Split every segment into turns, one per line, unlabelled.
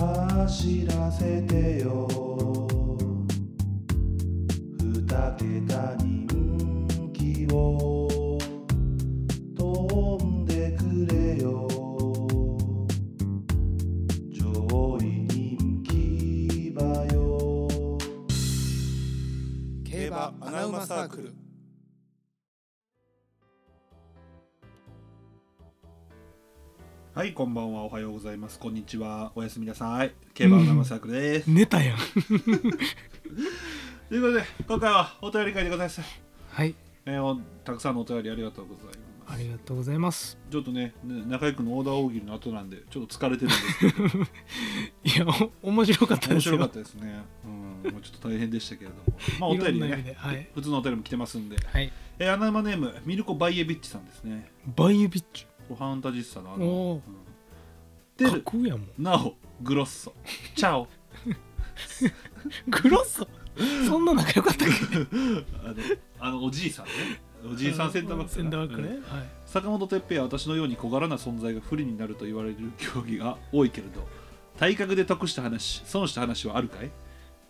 走らせてよ二桁人気を飛んでくれよ上位人気馬よ
競馬アナウマサークル
はい、こんばんは、おはようございます。こんにちは、おやすみなさい。競馬の生サークルです。
寝たやん
ということで、今回はお便り会でございます。
はい
えー、おたくさんのお便りありがとうございます。
ありがとうございます
ちょっとね、ね中居君のオーダー大喜利の後なんで、ちょっと疲れてるんですけど、
いやお 面白かったで
面
すよ
白かったですね。うん、もうちょっと大変でしたけれど も。まあ、お便り
いろんな意味で
ね、
はい
普通のお便りも来てますんで。
はい
えー、アナマネーム、ミルコ・バイエビッチさんですね。
バイユビッチ
ファンタジスタのあ
お
の、
ー
うん、テ
架
ル、
空やもん
ナオ、グロッソ、チャオ、
グロッソそんな仲良かったっけ
あのあのおじいさんねおじいさんセンターバック
セ
だ
ンターバックね、
うん
はい
坂本哲平は私のように小柄な存在が不利になると言われる競技が多いけれど体格で得した話損した話はあるかい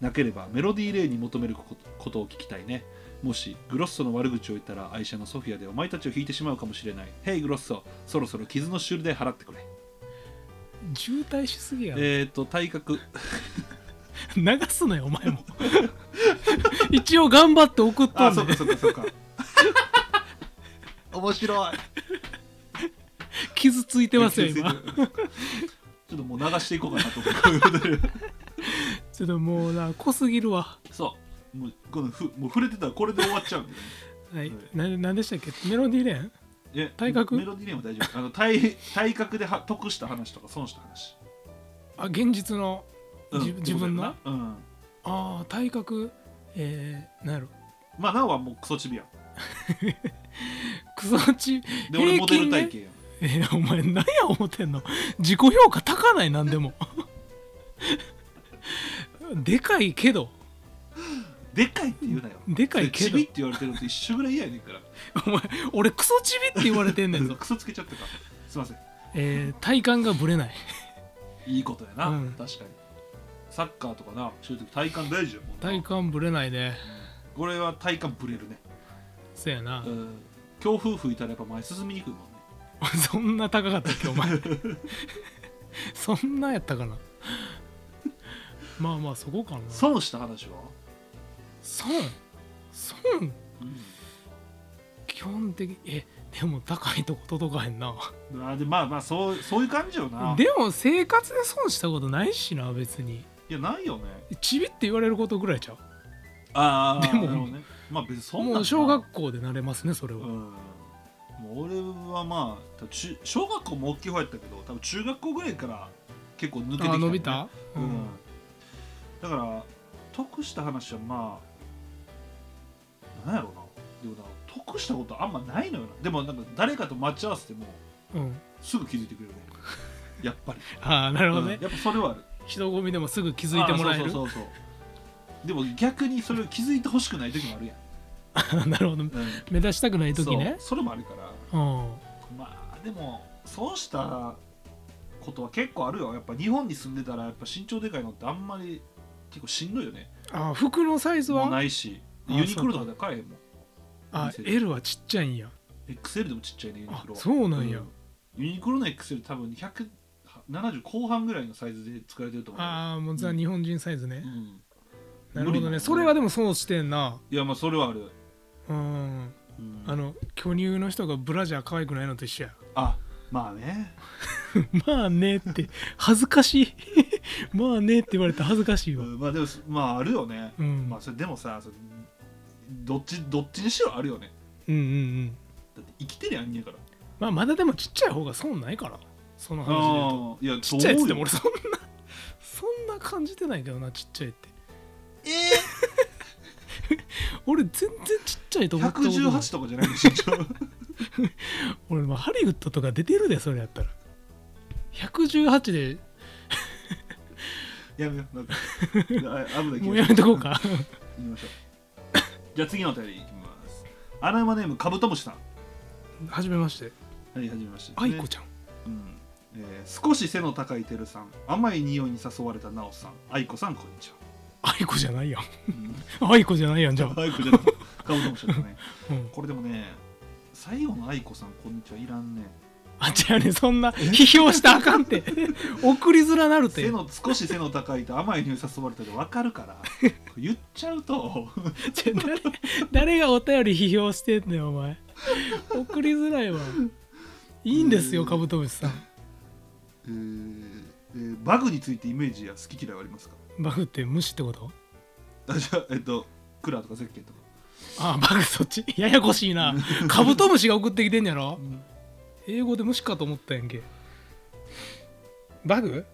なければメロディーレイに求めることことを聞きたいねもしグロッソの悪口を言ったら愛車のソフィアでお前たちを引いてしまうかもしれない「ヘイグロッソそろそろ傷の修理代払ってくれ」
渋滞しすぎやろ
えーと体格
流すなよお前も 一応頑張って送った
あ
ん
そ
で
っかそっかそっ か面白い
傷ついてますよ
ちょ
今
っともう流していこうかなと 思って
ちょっともうな濃すぎるわ
そうもうこのふもう触れてたらこれで終わっちゃうんだよね
はい、ななんでしたっけメロディーレーン
え
体格
メロディーネーム大丈夫あの体体格では得した話とか損した話、
あ現実の
うん
じ自分の
ってことだよなうん
ああ体格えー、なんやろ
まあなおはもうクソチビやん
クソち
で俺モデル体
ね
型やん、
えーお前何や思ってんの自己評価高ないなんでも でかいけど
でかいって言うなよ
でかいけど
それチビって言われてるのと一緒ぐらい嫌やねんから
お前俺クソチビって言われてんねんぞ
クソつけちゃったかすいません
えー、体幹がぶれない
いいことやな、
うん
確かにサッカーとかなそういう時体幹大事よもんな
体幹ぶれないね
これは体幹ブレるね
そやな、
うん強風吹いたらやっぱ前進みにくいもんね
そんな高かったっけお前 そんなやったかなまあまあそこかな
損した話は、
損損基本的にえでも高いとこ届かへんな
あでまあまあそうそういう感じよな
でも生活で損したことないしな別に
いやないよね
ちびって言われることぐらいちゃう
ああ
でも
なるほどねまあ別にそんなんな
もう小学校で慣れますねそれ
う
は、
んもう俺はまあ多分中小学校も大きい方やったけど多分中学校ぐらいから結構抜けてきた
あ
よね、
伸びた、う
う、
んん
だから得した話はまあなんやろうなでもな得したことあんまないのよなでもなんか誰かと待ち合わせても
うん、
すぐ気づいてくれ るねやっぱり、
ああなるほど
う
ね
ん、やっぱそれはある
人混みでもすぐ気づいてもらえる
あそうそうそうそうでも逆にそれを気づいてほしくない時もあるや ん、
なるほど
うん、
目立ちたくない時ね
そうそれもあるから
うん
まあでもそうしたことは結構あるよやっぱ日本に住んでたらやっぱ身長でかいのってあんまり結構しんどいよね
あ服のサイズ
もう
は
ないし
あ
ユニクロとかで買えへんもん
あ L はちっちゃいんや
XL でもちっちゃいねユニ
あ
クロ
そうなんや、
うユニクロの XL 多分170後半ぐらいのサイズで作られてると思うよ
ああもうザ、
うん
日本人サイズね
う、ん、
なるほど
無理
ね
だ
それはでもそうしてんない
やまあそれはある、
うん
うん
あの巨乳の人がブラジャー可愛くないのと一緒や
あまあね
まあねって恥ずかしい まあねって言われたら恥ずかしいわ
うんまあでもすまああるよね、
うん
まあそれでもさそれどっちどっちにしろあるよね
うんうんうん
だって生きてりゃあんねやから
まあまだでもちっちゃい方が損ないからその話で言うと
ああいや
ちっちゃいやつでも
そう
俺そんな そんな感じてないけどなちっちゃいってええ 俺全然ちっちゃいと思ったことない
118とかじゃないの身長
俺もうハリウッドとか出てるでそれやったら118で
やめようなんかあ危ない
もうやめとこう か
言いましょうじゃあ次のお便りいきますアナウマネームカブトムシさん
はじめまして
はいはじめまして
愛子ちゃん
ゃん、うんえー少し背の高いてるさん甘い匂いに誘われたなおさん愛子さんこんにちは
あいこじゃないやんあいこじゃないやんじゃあ、
愛子じゃない顔かもしれないね
うん、
これでもね最後の愛子さんこんにちはいらんね
あじゃあねそんな批評したらあかんって 送りづらなる って
背の少し背の高いと甘い匂い誘われたで分かるから言っちゃうと
ちょ誰誰がお便り批評してんねんお前送りづらいわいいんですよカブトムシさん
えーえーバグについてイメージや好き嫌いはありますか
バグって無視ってこと
あじゃあえっとクラーとかゼッケンとか、
あバグそっちややこしいなカブトムシが送ってきてんやろ
うん
英語で無視かと思ったやんけバグ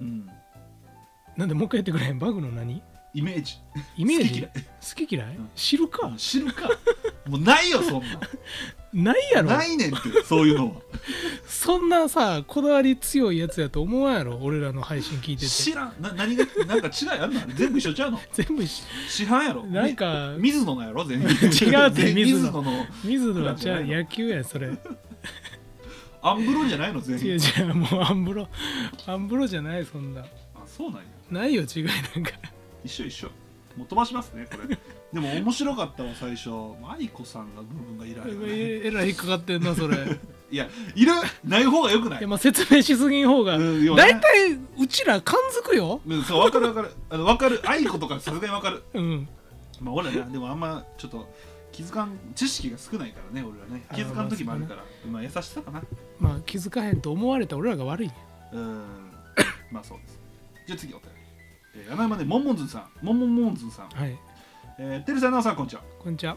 なんでもう一回言ってくれへんバグの何
イメージ
イメージ
好
好き嫌い
うん
知るか
知るかもうないよそん
ない や
なん
ろ
ないねんってそう いうのは
そんなさこだわり強いやつやと思わんやろ俺らの配信聞いて
知
て
らんな何がなんか違いあんの全部一緒ちゃうの
全部一緒
市販やろ
なんか
み水野のやろ全部
違うって
全水
水
野
野
の
水野はじゃあ
知らんよ
野球やそれ
アンブロじゃないの全
違う違
員
うもうアンブロアンブロじゃないそんな
あそうなんや
ないよ違いなんか
一緒一緒もう飛ばしますねこれでも面白かったわ最初愛子さんが部分がいらんよね
ええらい引っかかってんな それ
いやいるない方がよくない
いやまあ説明しすぎん方が
うんよね
大体うちら感づくよ
うんそう分かる分かるあの分かる愛子とかさすがに分かる
うん
まあ俺らねでもあんまちょっと気づかん知識が少ないからね俺らね
あー
気づかん時もあるからまあ優しさかな
まあ気づかへんと思われた俺らが悪いね
うーんまあそうですじゃあ次お便り、えー、穴山でモンモンズンさんモンモンモンズンさん、
はい
えー、てるさんなおさんこんにちは
こんにちは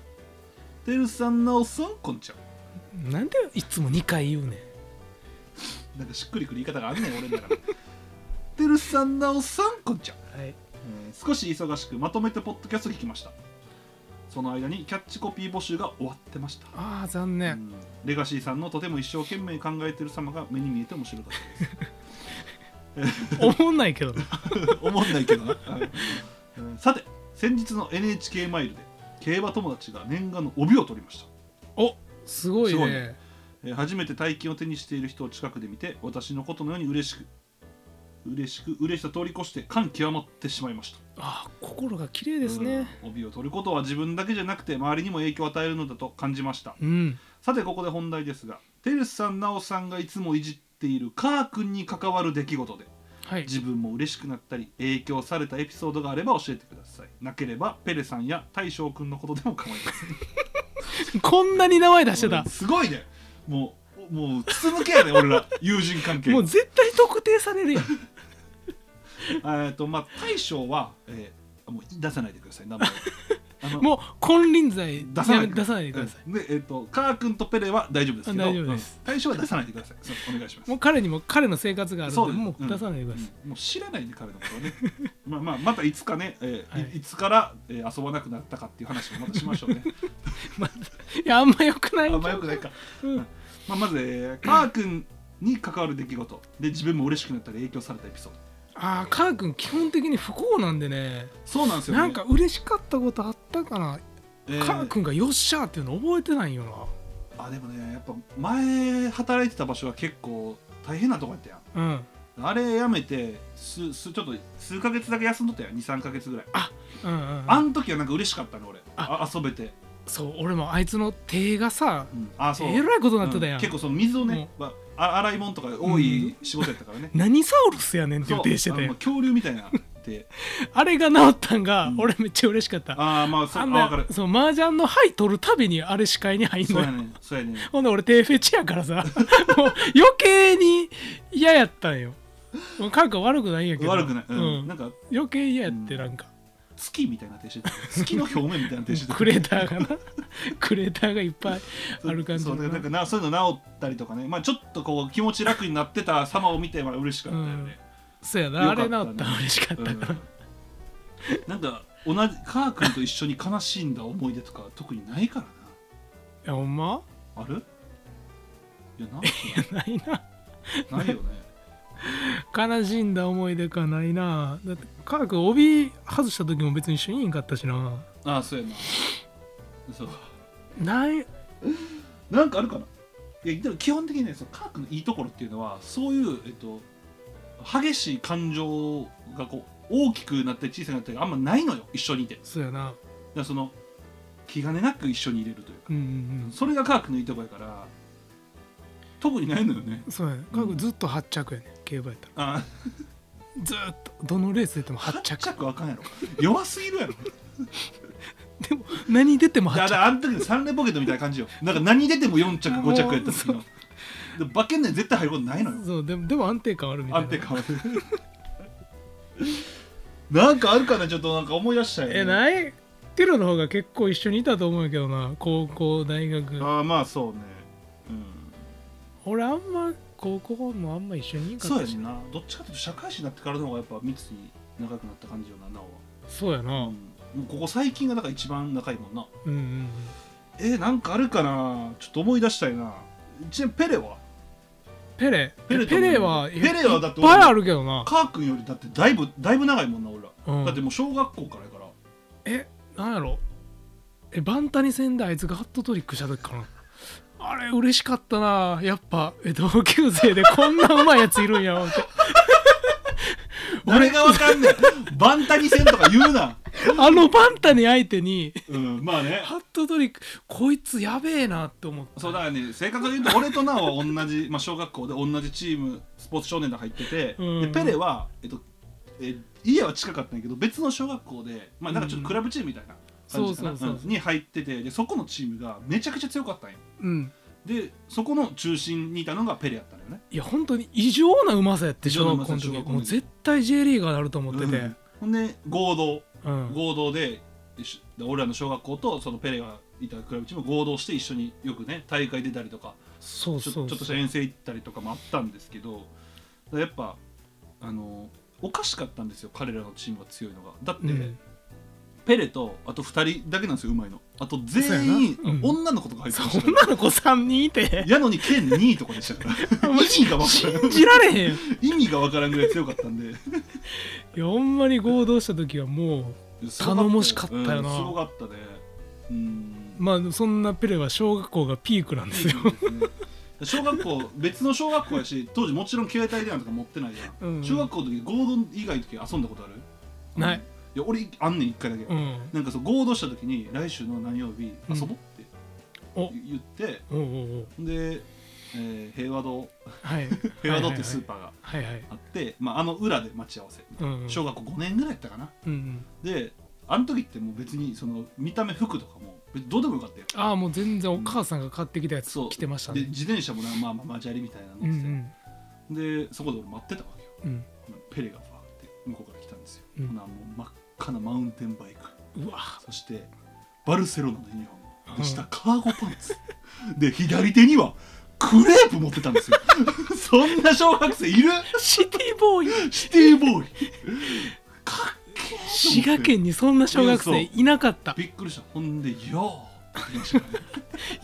てるさんなおさんこんにちは
なんでいつも2回言うねん
なんかしっくりくる言い方があんねん俺だから てるさんなおさんこんにちは、
はい
えー少し忙しくまとめてポッドキャスト聞きましたその間にキャッチコピー募集が終わってました
ああ残念、
うんレガシーさんのとても一生懸命考えてる様が目に見えて面白か ったです
思んないけどな
思んないけどな、うんさて先日の NHK マイルで競馬友達が念願の帯を取りました、
おすごい
す
ね
ごいねえー初めて大金を手にしている人を近くで見て私のことのように嬉しく嬉しく嬉しさ通り越して感極まってしまいました
ああ心が綺麗ですね
うん帯を取ることは自分だけじゃなくて周りにも影響を与えるのだと感じました
うん、
さてここで本題ですがテルスさんナオさんがいつもいじっているカー君に関わる出来事で
はい
自分も嬉しくなったり影響されたエピソードがあれば教えてくださいなければペレさんや大将くんのことでも構いません
こんなに名前出してた
すごいねもうもう筒抜 けやね俺ら友人関係
もう絶対特定されるやん
えっとまあ大将は、えーもう出さないでくださ い名前あ の
もう金輪際
出さない
やめ出さないでください、
い、うんでえっ、とカー君とペレは大丈夫ですけど
あ大丈夫です
うん大将は出さないでくださいそうお願いします
もう彼にも彼の生活がある
そ
ので
うです
も
う
うん出さないでください、
うんもう知らないね彼のことはね まあまあまたいつかね、えーい
はい
いつから、えー遊ばなくなったかっていう話もまたしましょうね
いやあんまよくない
あんまよくないか
うん
まあ、まず、えーカー君に関わる出来事で自分も嬉しくなったり影響されたエピソード
ああカー君基本的に不幸なんでね
そうなんですよ、ね、
なんか嬉しかったことあったかな、
え
カー君が「よっしゃ!」っていうの覚えてないよ
あでもねやっぱ前働いてた場所は結構大変なとこやったや
なうん
んあれやめてすすちょっと数ヶ月だけ休んどったやん23ヶ月ぐらい
うんうんうん
あん時はなんか嬉しかったの俺
あ
あ遊べて、
そう俺もあいつの手がさ
うんあそう
えらいことになってたやん、
うん結構その水をね、まああ洗い物とか多い仕事やったか らね、
何サウルスやねんって
そう
予定して
あ
た
の
や
まあ
ん
恐竜みたいなって
あれが治ったんが、
うん
俺めっちゃ嬉しかった
ああまあそう
あ
あ
ん
分か
な
る
そう麻雀の牌取るたびにあれ視界に入ん
そう
の
や
よ
ねそうやね
ほんで俺手フェチやからさ もう余計に嫌やったんよもう感覚悪くないんやけど
悪くない、うん
うん
なんか
余計嫌やっ
う
て
ん
なんか、
月みたいな手してた月の表面みたいな 手してた
クレーターがなクレーターがいっぱいある感じ
そ
の
う
な
だからなんかなそういうの治ったりとかねまあちょっとこう気持ち楽になってた様を見てまあ嬉しかったよね、
そうやな
よか
あれ
った
治
ね
ったら嬉しかっ
う
た
ん
から、
なんか同じカー君と一緒に悲しんだ思い出とか特にないから
えほんま
なあるいやなん
ないな
かないよね
悲しんだ思い出かないなだって科学帯外した時も別に一緒にいんかったしな
ああそうやなそう
ない
なんかあるかないやでも基本的にねそのカー君のいいところっていうのはそういう、えっと、激しい感情がこう大きくなったり小さくなったりがあんまないのよ一緒にいてだか
そうやな
らその気兼ねなく一緒にいれるというか
うんうん
それが科学のいいとこやから特にないのよね
うんそうやねかっこずっと発着やね競馬やったら
あ
ずーっとどのレース出ても
は
発
っちゃ
着
くあかんやろ弱すぎるやろ
でも何出ても
いや
発着
だからあの時の3連ポケットみたいな感じよなんか何出ても4着5着やった時 ので馬券内絶対入ることないのよ
そうでもでも安定感あるみたいな
安定感あるなんかあるかなちょっとなんか思い出したよ、ね、
えないテロの方が結構一緒にいたと思うんやけどな高校大学
ああまあそうねうん
俺あんま高校もあんま一緒にいなか
そう
っ
や
た
し
し
などっちかというと社会人になってからの方がやっぱ密に長くなった感じよななお
そうや
は、
な
うん、もうここ最近がだから一番仲いいもんな
うんうん
えー、なんかあるかなちょっと思い出したいなちなみにペレは
ペレ
ペレ
ペレは
ペレはだって
いっぱいあるけどな
カー君よりだってだいぶだいぶ長いもんな俺ら、
うん
だってもう小学校からやから
えなんやろえバンタニ戦であいつがハットトリックした時かなあれ嬉しかったなやっぱえ同級生でこんなうまいやついるんや思って
俺がわかんねえ バンタニ戦とか言うな
あのバンタニ相手に
うんまあね
ハットトリックこいつやべえなって思った
そうだからね正確に言う と俺とナオは同じ、まあ、小学校で同じチームスポーツ少年団入ってて、
うん
でペレは、えっとえ家は近かったんやけど別の小学校で、まあ、なんかちょっとクラブチームみたいな感じかな、
うんそうそうそうそうん
に入っててでそこのチームがめちゃくちゃ強かったんや
うん
でそこの中心にいたのがペレやったのよね
いや本当に異常なうまさやって
異常
小
なう
学
ま
校
さ
の時
小学校の時
もう絶対 J リーガーになると思ってて、う
うんほんで合同
ん
合同でし俺らの小学校とそのペレがいたクラブチーム合同して一緒によくね大会出たりとか
そう
ち
そ
ょ
うそう
ちょっとした遠征行ったりとかもあったんですけどだからやっぱあのおかしかったんですよ彼らのチームが強いのがだって、
うん
ペレとあと2人だけなんですようまいのあ
そ
と
うや
全員
なうん
女の子とか入ってました
そ
か
んなの子3人いて
らやのに県2位とかでしたか ら意味が分からん
信じられへんよ
意味が分からんぐらい強かったんで
いやほんまに合同した時はも 頼もしかったよな
うんすごかったねうん
うまあそんなペレは小学校がピークなんですよ、
小学校別の小学校やし当時もちろん携帯電話とか持ってないじゃん、
うん
中学校の時合同以外の時遊んだことある
ない
あのいや俺あんねん一回だけ、
うん、
なんかそう合同した時に来週の何曜日遊ぼうって
お
言って、
おうおうおう
で、えー平和堂
はい
平和堂っていうスーパーが
はいはいはい
あって、まあ、あの裏で待ち合わせ、
うんうん
小学校5年ぐらいやったかな
うんうん
であの時ってもう別にその見た目服とかも別にどうでもよかったよ
ああもう全然お母さんが買ってきたやつ
そう
着てました
で
ね
自転車もなまあまあマジャリみたいなの
う
乗って
ん
て、
うん
でそこで俺待ってたわけよ
うん
ペレがファーって向こうから来たんですよ、
うん
ほなもう真っ赤なマウンテンバイク
うわ
そしてバルセロナのユニフォーム
うん
で下カーゴパンツで左手にはクレープ持ってたんですよ そんな小学生いる
シティボーイ
シティボーイかっけえ
滋賀県にそんな小学生いなかった
びっくりしたほんで「よー」 って言いましたからね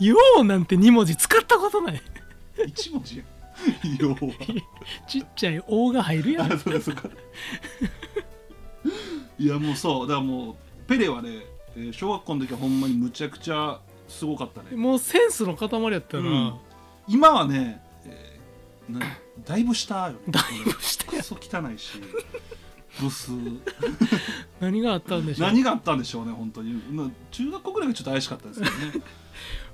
「よう」なんて2文字使ったことない
一文字やん「よー」は
ちっちゃい「お」が入るやん
あそうかそうかいやもうそうだからもうペレはねえー小学校の時はほんまにむちゃくちゃすごかったね
もうセンスの塊やったよ
うん
な、
今はね、えーなだいぶ下よね
だいぶ下
クソ汚 いしブス
何があったんでしょう
何があったんでしょうね本当にな中学校ぐらいがちょっと怪しかったですけどね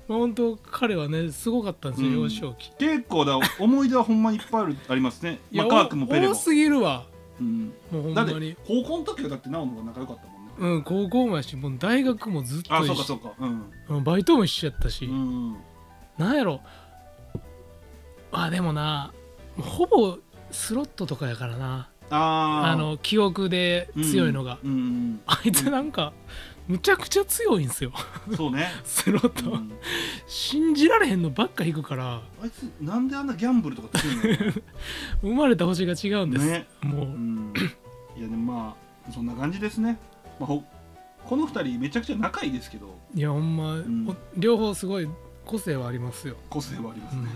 まあ本当彼はねすごかったんですよ、
うん
幼少期
結構だ思い出はほんまにいっぱいあるありますね
いや
まあ科学もペレ
多
も、
すぎるわ
うん、
もうほん
だ
ま
って
に
高校の時はだってなおの方が仲良かったもんね
うん高校もやしもう大学もずっと
あそう
一
か
緒
そうかうん、
うんバイトも一緒やったし、
うん、
なんやろまあでもなほぼスロットとかやからな
あー
あの記憶で強いのが、
うんうん
あいつなんかむちゃくちゃ強いんすよ
うんそうね、
スロッ
う
ト、
ん
信じられへんのばっか引くから
あいつなんであんなギャンブルとか強いのやろ
生まれた星が違うんです、
ね
もう、
うんいやでもまあそんな感じですね、まあ、ほこの2人めちゃくちゃ仲いいですけど
いやほんま、
ん
お両方すごい個性はありますよ、
個性はありま
う
すね、
ん、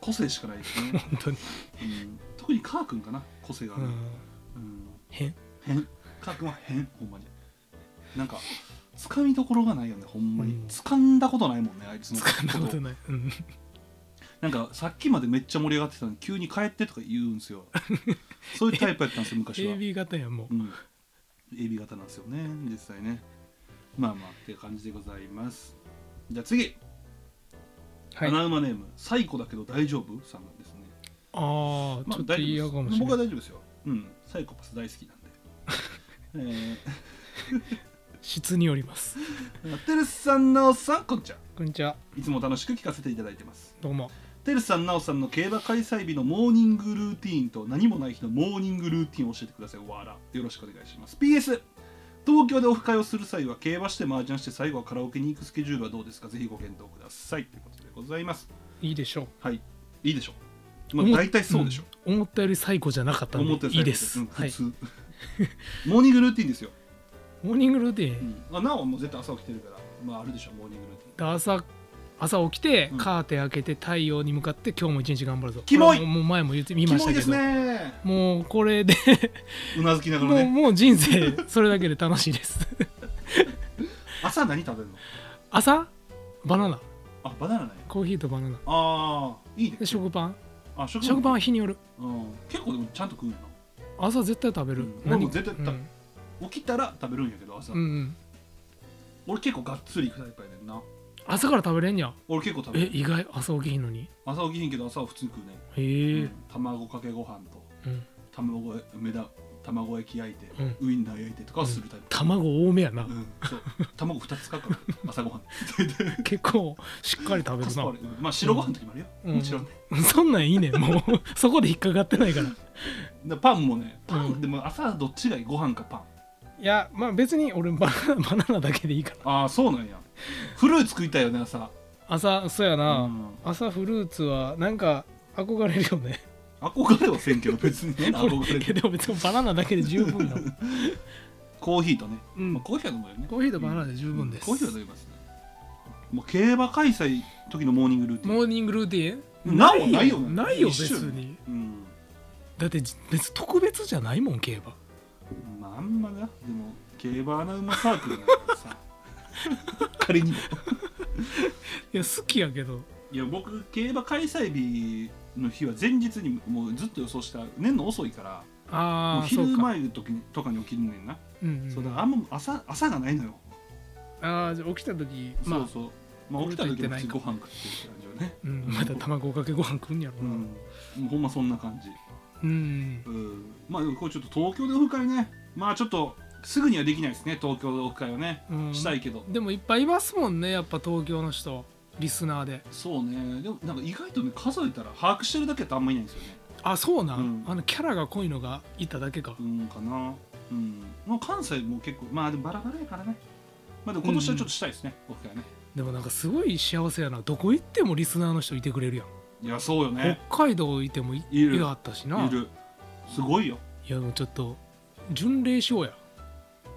個性しかないですね、
本当に、
うん、特にカー君かな個性があ
う
る、
ん、
うん、
変
変カー君は変ほんまになんか掴みどころがないよねほんまに、
うん
掴んだことないもんねあいつの
掴んだことない、うん、
なんかさっきまでめっちゃ盛り上がってたのに急に帰ってとか言うんです よそういうタイプやったんですよ昔は
AB 型やんも
うん AB 型なんですよね実際ねまあまあっていう感じでございますじゃあ次、
うはい
穴馬ネーム「サイコだけど大丈夫?」さんですね
ああ
まあ
ちょっと嫌かもしれ
僕は
ない
大丈夫ですようんサイコパス大好きなんでえ
質によります
ー、テルスさんなおさんこんにちは
こんにちはい
つも楽しく聞かせていただいてます
どうも
てるさんなおさんの競馬開催日のモーニングルーティーンと何もない日のモーニングルーティーンを教えてくださいわらよろしくお願いします PS 東京でオフ会をする際は競馬して麻雀して最後はカラオケに行くスケジュールはどうですかぜひご検討くださいということでございます
いいでしょ
はいいいでしょう
う、
まあ
思っ
大体そうでしょう、
うん思ったより最高じゃなかったん
思って
で
る
いいです、
うん
は
普
い
通、 モーニングルーティーンですよ、
モーニングルーティ
う
ン
ん、あなおもう絶対朝起きてるからまああるでしょモーニングルーティーン
で朝朝起きて、
うん
カーテン開けて太陽に向かって今日も一日頑張るぞ
キモい
これはもうもう前も言ってみ
キ
まし
モ
た
い
け
です
ど、
ね
もうこれで
うなずきながら
もう
ね
もう人生それだけで楽しいです
朝何食べるの
朝バナナ
あバナナね
コーヒーとバナナ
ああいいね
で食パン
あ食
食パンは日による
うん、結構でもちゃんと食うんや
朝絶対食べる、
うん
何
俺も絶対食べるな起きたら食べるんやけど朝、
うん、うんうん
俺結構がっつり行くタイプやねんな
朝から食べれんや
俺結構食べ
え
る
意外朝起きひんのに
朝起きへんけど朝は普通に食うね、
へえ
うん卵かけご飯と
うん
卵え目だ卵焼き焼いて、
うん
ウインナー焼いてとかはするタイプ、
卵多めやな、
うん そう卵2つ使うから朝ごはん大体
結構しっかり食べ
カ
る
スパ
な
ーレうんまあ白ご飯の時もあるよ、
うん
もちろんね
そんなんいいねんもう そこで引っかかってないからい
でパンもねパン、
うん
でも朝はどっちがいいご飯かパン
やまあ別に俺バナ ナバナナだけでいいから
ああそうなんやフルーツ食いたいよね朝
朝そうやな、
うん
朝フルーツはなんか憧れるよね
憧れはせんけど別にね 憧れ
いや
て
でも別にバナナだけで十分 だもん
コーヒーとね、
うん
まあ、コーヒーは飲むよね
コーヒーとバナナで十分です、
コーヒーは飲みますねもう競馬開催時のモーニングルーティン
モーニングルーティン
なおないよね
ないよ
一
別
緒よ
に
うん
だってじ別に特別じゃないもん競馬
まああんまなでも競馬穴馬サークルだか らさ仮に
い
も
や好きやけど
いや僕競馬開催日の日は前日にもうずっと予想した年の遅いからも
あ
う
あ
昼
そうか、
前の時にとかに起きるねんな、
うんうん、
そうだからあんま朝朝がないのよ、
ああじゃあ起きた時まあ
そうそうまあ起きた時は普通にご飯食ってるって感じよね
うん、また卵かけご飯食うんやろ
うん
な、
もうほんまそんな感じ
うん
うんまあでもこれちょっと東京でオフ会ねまあちょっとすぐにはできないですね東京でオフ会はね、
うん
したいけど
でもいっぱいいますもんねやっぱ東京の人リスナーで
そうねでもなんか意外とね数えたら把握してるだけってあんまいないんですよね
あそうなん、
うん
あのキャラが濃いのがいただけか
うんかなうんまあ関西も結構まあでもバラバラやからねまあでも今年はちょっとしたいですね、オフ会ね
でもなんかすごい幸せやなどこ行ってもリスナーの人いてくれるやん、
いやそうよね
北海道いてもい
いる
いあったしない
るすごいよ
いやもうちょっと巡礼しようや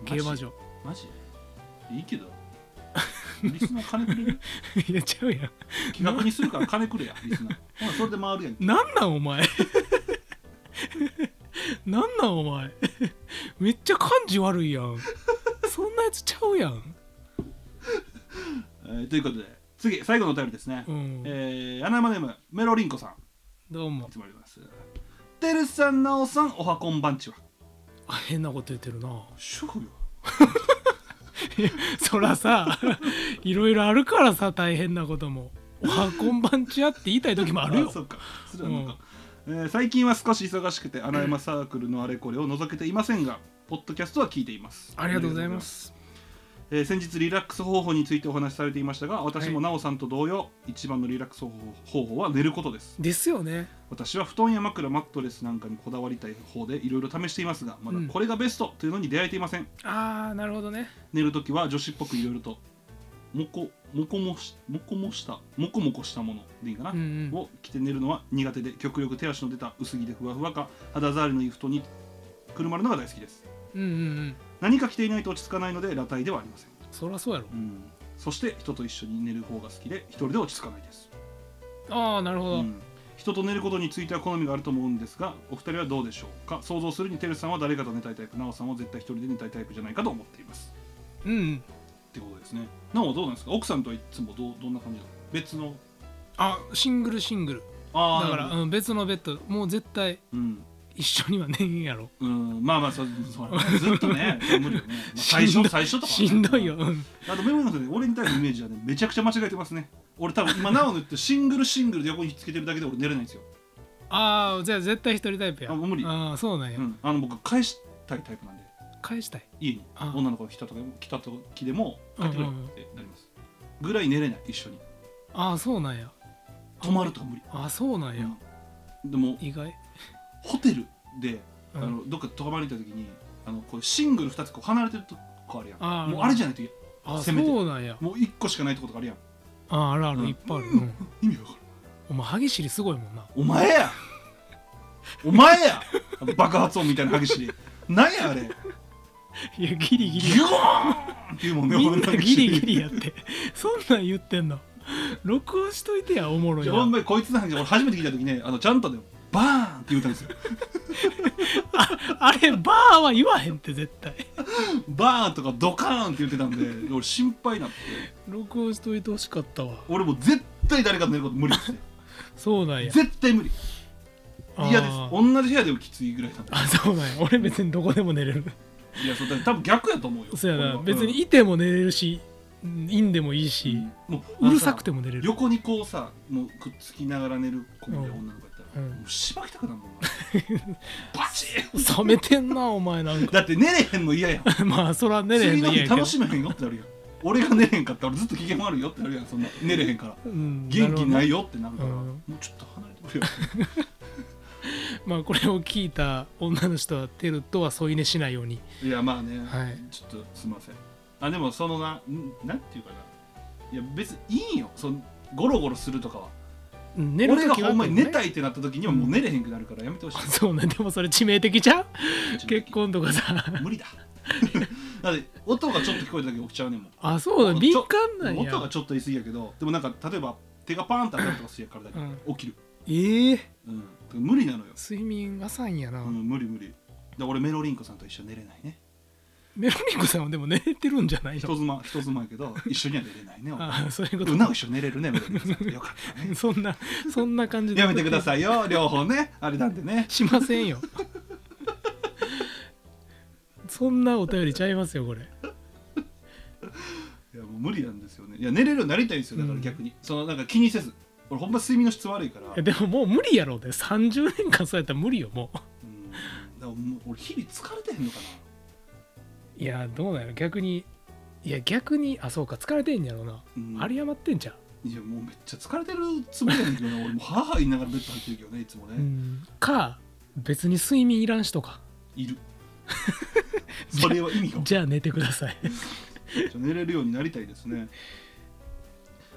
競馬場
マジいいけど リスナー金くれる
いやちゃうやん
企画にするから金くれやリスナーほらそれで回るやん
なんなんお前 なんなんお前めっちゃ感じ悪いやんそんなやつちゃうやん
えーということで次最後のお便りですね、
うん
えー、アナマネームメロリンコさん
どうも
いつもありますてるさんなおさんおはこんばんちは
あ変なこと言ってるな
主婦よ
そらさ いろいろあるからさ大変なことも「おはこんばんちは」って言いたい時もあるよ
そっかそれはなんか、えー最近は少し忙しくて穴山サークルのあれこれを覗けていませんがポッドキャストは聞いています
ありがとうございま、す
えー先日リラックス方法についてお話しされていましたが私も
はい
なおさんと同様、一番のリラックス方法方法は寝ることです
ですよね
私は布団や枕マットレスなんかにこだわりたい方でいろいろ試していますがまだこれがベストというのに出会えていません
あーなるほどね
寝るときは女子っぽくいろいろともこもこもしもこもしたもこもこしたものでいいかな、
うんうん
を着て寝るのは苦手で極力手足の出た薄着でふわふわか肌触りのいい布団にくるまるのが大好きです
うんうんうん
何か着ていないと落ち着かないので裸体ではありません、
そらそうやろ
うんそして人と一緒に寝る方が好きで一人で落ち着かないです、
ああなるほ
う
ど、
ん人と寝ることについては好みがあると思うんですがお二人はどうでしょうか想像するにてるさんは誰かと寝たいタイプなおさんは絶対一人で寝たいタイプじゃないかと思っています
うん
ってことですねなおどうなんですか奥さんとはいつもどうどんな感じなの別の
あシングルシングル
ああ
だか
な
ら、
るほど
うん、別のベッドもう絶対
うん
一緒にはねえんやろ
うん、まあまあそう そうだねずっと ね無理よね、まあ、最
しんど
初
い
最初とか
しんどいよ、うん
あとメモの中で俺に対するイメージはねめちゃくちゃ間違えてますね俺多分今なおの言ってシングルシングルで横につけてるだけで俺寝れないんですよ、
ああじゃあ絶対一人タイプや
あ無理
ああそうなんや、
うん、あの僕返したいタイプなんで
返したい
家に
あ
女の子が来たとか来た時でも帰ってくれってなります、ぐらい寝れない一緒に
ああそうなんや
泊まるとか無理、
ああそうなんや、
うんでも
意外
ホテルであ
うん
のどっか泊まりに行った時にあのこうシングル2つこう離れてるとこあるやん
あー
もうあれじゃないと
ああそ
せめて
うなんや
もう1個しかないとことかあるやん
あああるあ
う
る
ん
いっぱいある、うん
意味わかる
お前歯ぎしりすごいもんな
お前やお前やあの爆発音みたいな激しい何やあれ
いやギリギ
ギ
リ
ューンっていうもんね
みん
俺
な
の
ギ
激しい
リギリやってそんなん言ってんの録音しといてやおもろい
いやほん
な
まにこいつの話俺初めて聞いた時ねあのちゃんとねバーンって言うたんですよ
あれバーは言わへんって絶対
バーンとかドカーンって言ってたんで俺心配になって
録音しといてほしかったわ
俺もう絶対誰かと寝ること無理ですね
そうなんや
絶対無理嫌です
あー
同じ部屋でもきついぐらいなんで
あそうなんや俺別にどこでも寝れる
いやそうだ多分逆やと思うよ
そうや
俺
な
は
別にいても寝れるしうんいんでもいい
うん
し、
も
うるさくても寝
あ
れ
のさ
る
横にこうさもうくっつきながら寝る子みたいな女の子やったら、
うん
もうしばきたくなるもんな バチーン
冷めてんなお前なん か
だって寝れへんの嫌やん
まあそら寝れへ
次
んの
の
嫌や
日
けど
楽しめへんよってなるやん俺が寝れへんかったら俺ずっと機嫌悪いよってなるやんそんな寝れへんから
うん
元気ないいよってなるから
うん
もうちょっと離れてくれよ
まあこれを聞いた女の人はテルとは添い寝しないように
いやまあね、
はい
ちょっとすいませんあでもそのなんなんていうかないや別にいいんよそのゴロゴロするとかは
うん寝る
俺
時は
がほんまに寝た
い
いってなった時にはもう寝れへんくなるからやめてほしい、
そうなんでもそれ致命的じゃん結婚とか さ
無理だだって音がちょっと聞こえただけで起きちゃうねんもん
あそうだ
ちょ
敏感なんや
音がちょっと言い過ぎやけどでもなんか例えば手がパーンって当たるとかするやん体に、起きる、
ええ
うん、だから無理なのよ、
睡眠浅いんやな、
うん、無理無理で俺メロリンコさんと一緒に寝れないね
メロニコさんはでも寝てるんじゃない
人
の
妻人妻やけど一緒には寝れないね俺
ああそういうこ
で
と
もなお一緒に寝れるねメロリンコさんとよかった ね
そんなそんな感じで
やめてくださ いよ両方ねあれなんでね
しませんよそんなお便りちゃいますよこれ
いやもう無理なんですよねいや寝れるようになりたいんですよだか
う
ら
ん
逆に、そのなんか気にせず俺ほんま睡眠の質悪いから
いやでももう無理やろうで30年間そうやったら無理よもう
うんだからもう俺日々疲れてへんのか
いやどうなの逆にいや逆にあそうか疲れてんやろうな、
な、うん、
あり余ってんじゃん、
いやもうめっちゃ疲れてるつもりやねんけどな 俺もう母々言いながらベッド入ってるけどねいつもね、
うんか別に睡眠いらんしとか
いるそれは意味が
じゃあ寝てください
寝れるようになりたいですね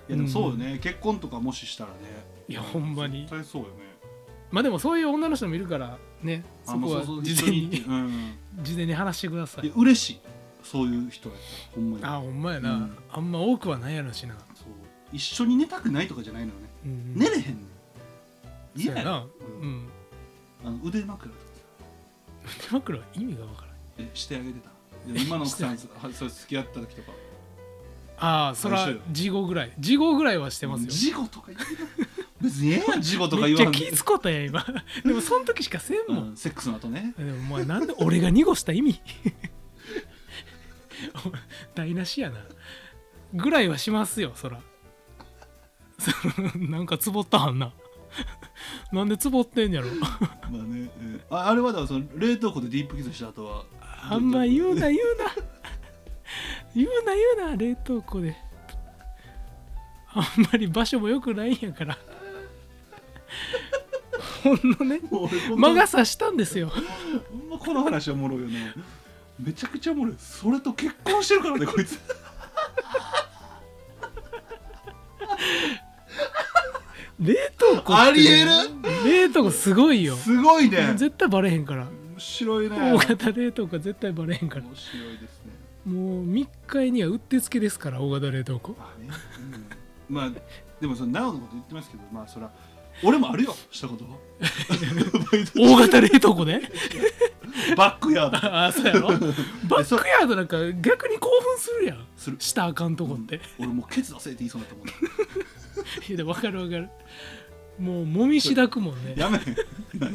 いやでもそうよね、結婚とかもししたらね
いやほんまに
絶対そうよね
まあでもそういう女の人もいるからねそ
あ
こ
ま
は
あそうそう
事
一緒
前
に
に
うん、
事前に話してくださ
い
い
や嬉しいそういう人やったらほんまに
あほんまやな、
うん
あんま多くはないやろしな、
そう一緒に寝たくないとかじゃないのよね、
うん
寝れへんねん
そ
嫌
う
や
やな
ろ
う
うん
ん
あの腕枕とかさ
手枕は意味がわからない
えしてあげてたで今の奥さんはそれ付き合った時とか
ああそれは
一緒よ
事後ぐらい事後ぐらいはしてますよ
事故とか言うな別にええやん事故とか
め
言
っち
わ
ゃ
ん
気
で
ぃつこったやん今 でもその時しかせんもん、
うんセックスの後ね
でもお前なんで俺が濁した意味 お前台無しやなぐらいはしますよそら そのなんかつぼったはんな なんでつぼってんやろ
まあね、えーああれはだからその冷凍庫でディープキスした後は
あんま言うな言うな言うな言うな冷凍庫であんまり場所も良くないんやからほんのね
もう俺こんな
魔が差したんですよ
ほんまこの話おもろいよねめちゃくちゃおもろいそれと結婚してるからねこいつ
冷凍庫って
ありえる
冷凍庫すごいよ
すごいね
絶対バレへんから
面白いね
大
面白
型冷凍庫は絶対バレへんからも
いですね
う3日にはうってつけですから大型冷凍庫
まあね、うん、まあでもそのなおのこと言ってますけどまあそら俺もあるよしたことはバイト
大型冷凍庫 で
バックヤード
ああそうやろバックヤードなんか逆に興奮するやん
する
したらあかんとこって、
俺もうケツ出せって言いそうになったもんね
いやでも分かる分かるもうもみしだくもんね
やめん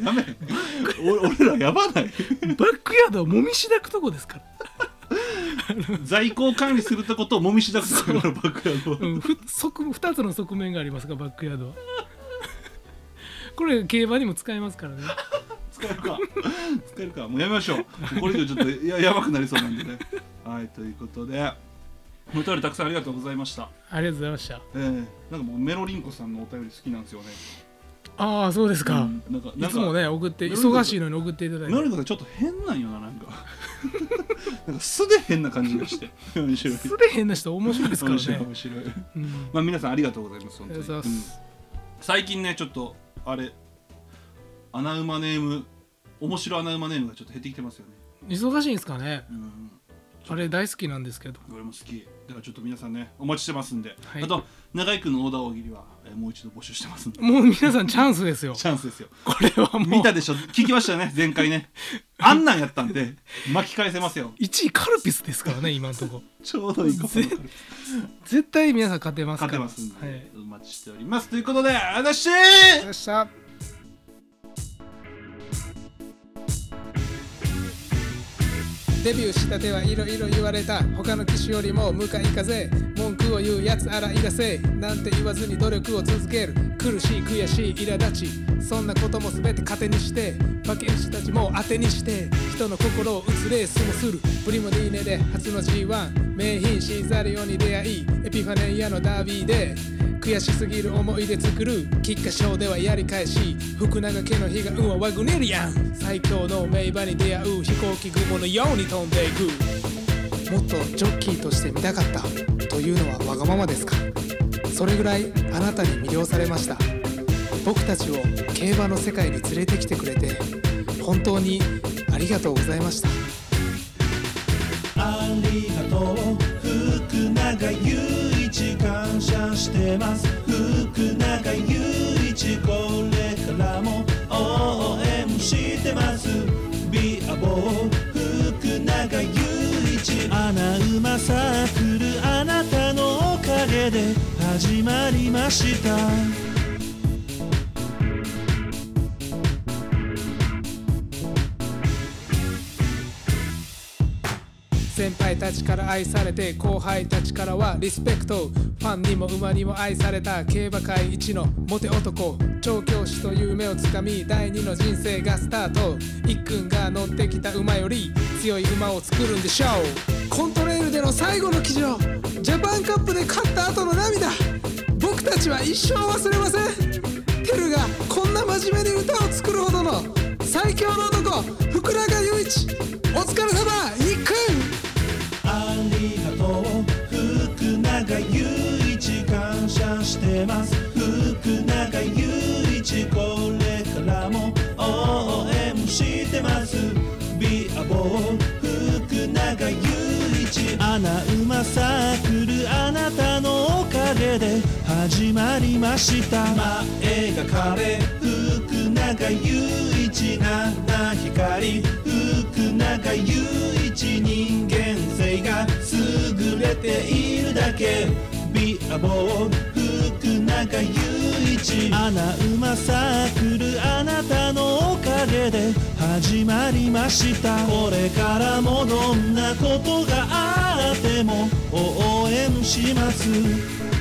やめん お俺らやばな
バ
い
ックヤードはもみしだくとこですから、
在庫を管理するとこともみしだくさんのバックヤードは
うん、ふ側2つの側面がありますからバックヤードはこれ競馬にも使えますからね
使えるか使えるかもうやめましょうこれ以上ちょっとややばくなりそうなんでね はいということでお便りたくさんありがとうございました
ありがとうございました
えー、なんかもうメロリンコさんのお便り好きなんですよね
ああそうですか、
うんなんか
いつもね送って忙しいのに送っていただい
メロ
て
リンコさんちょっと変なんよななんか なんか素で変な感じ がして面白い
すれへんな人面白いですから
面白い
ね
面白い
うん
まあ皆さんありがとうございます本当に
ありがとうございます
うん最近ねちょっとあれ穴馬ネーム面白穴馬ネームがちょっと減ってきてますよね
忙しいんですかね
うん
あれ大好きなんですけど
俺も好きだからちょっと皆さんねお待ちしてますんで、
はい
あと長井君のオーダー大喜利は、えーもう一度募集してます んで
もう皆さんチャンスですよ
チャンスですよ
これはもう
見たでしょ聞きましたよね前回ねあんなんやったんで巻き返せますよ
1位カルピスですからね今のと こ
ちょうどいいこと
ぜ絶対皆さん勝てますか
勝て
ら
ますんで、
はい
お待ちしておりますということでありがとうございました
よっしゃ
デビューしたてはいろいろ言われた他の機種よりも向かい風文句を言うやつ洗い出せなんて言わずに努力を続ける苦しい悔しい苛立ちそんなことも全て糧にして馬券師たちも当てにして人の心を打つレースもするプリモディーネで初の G1 名品シーザリオに出会いエピファネイアのダービーで悔しすぎる思い出作る菊花賞ではやり返し福永家の悲願はワグネリアン最強の名馬に出会う飛行機雲のように飛んでいくもっとジョッキーとして見たかったというのはわがままですかそれぐらいあなたに魅了されました僕たちを競馬の世界に連れてきてくれて本当にありがとうございました
ありがとう福永祐一感謝してます福永祐一これからも応援してますビアボー福永祐一穴馬サークルあなたのおかげで始まりました
先輩たちから愛されて後輩たちからはリスペクトファンにも馬にも愛された競馬界一のモテ男調教師という夢をつかみ第二の人生がスタート一君が乗ってきた馬より強い馬を作るんでしょうコントレールでの最後の騎乗ジャパンカップで勝った後の涙僕たちは一生忘れませんテルがこんな真面目に歌を作るほどの最強の男福永祐一お疲れ様一君
ありがとう福永祐一感謝してます福永祐一これからも応援してますビアボー福永祐一穴馬サークルあなたのおかげで始まりました前が彼福永祐一七光福永祐一人間性が優れているだけビアボー福永祐一穴馬サークルあなたのおかげで始まりましたこれからもどんなことがあっても応援します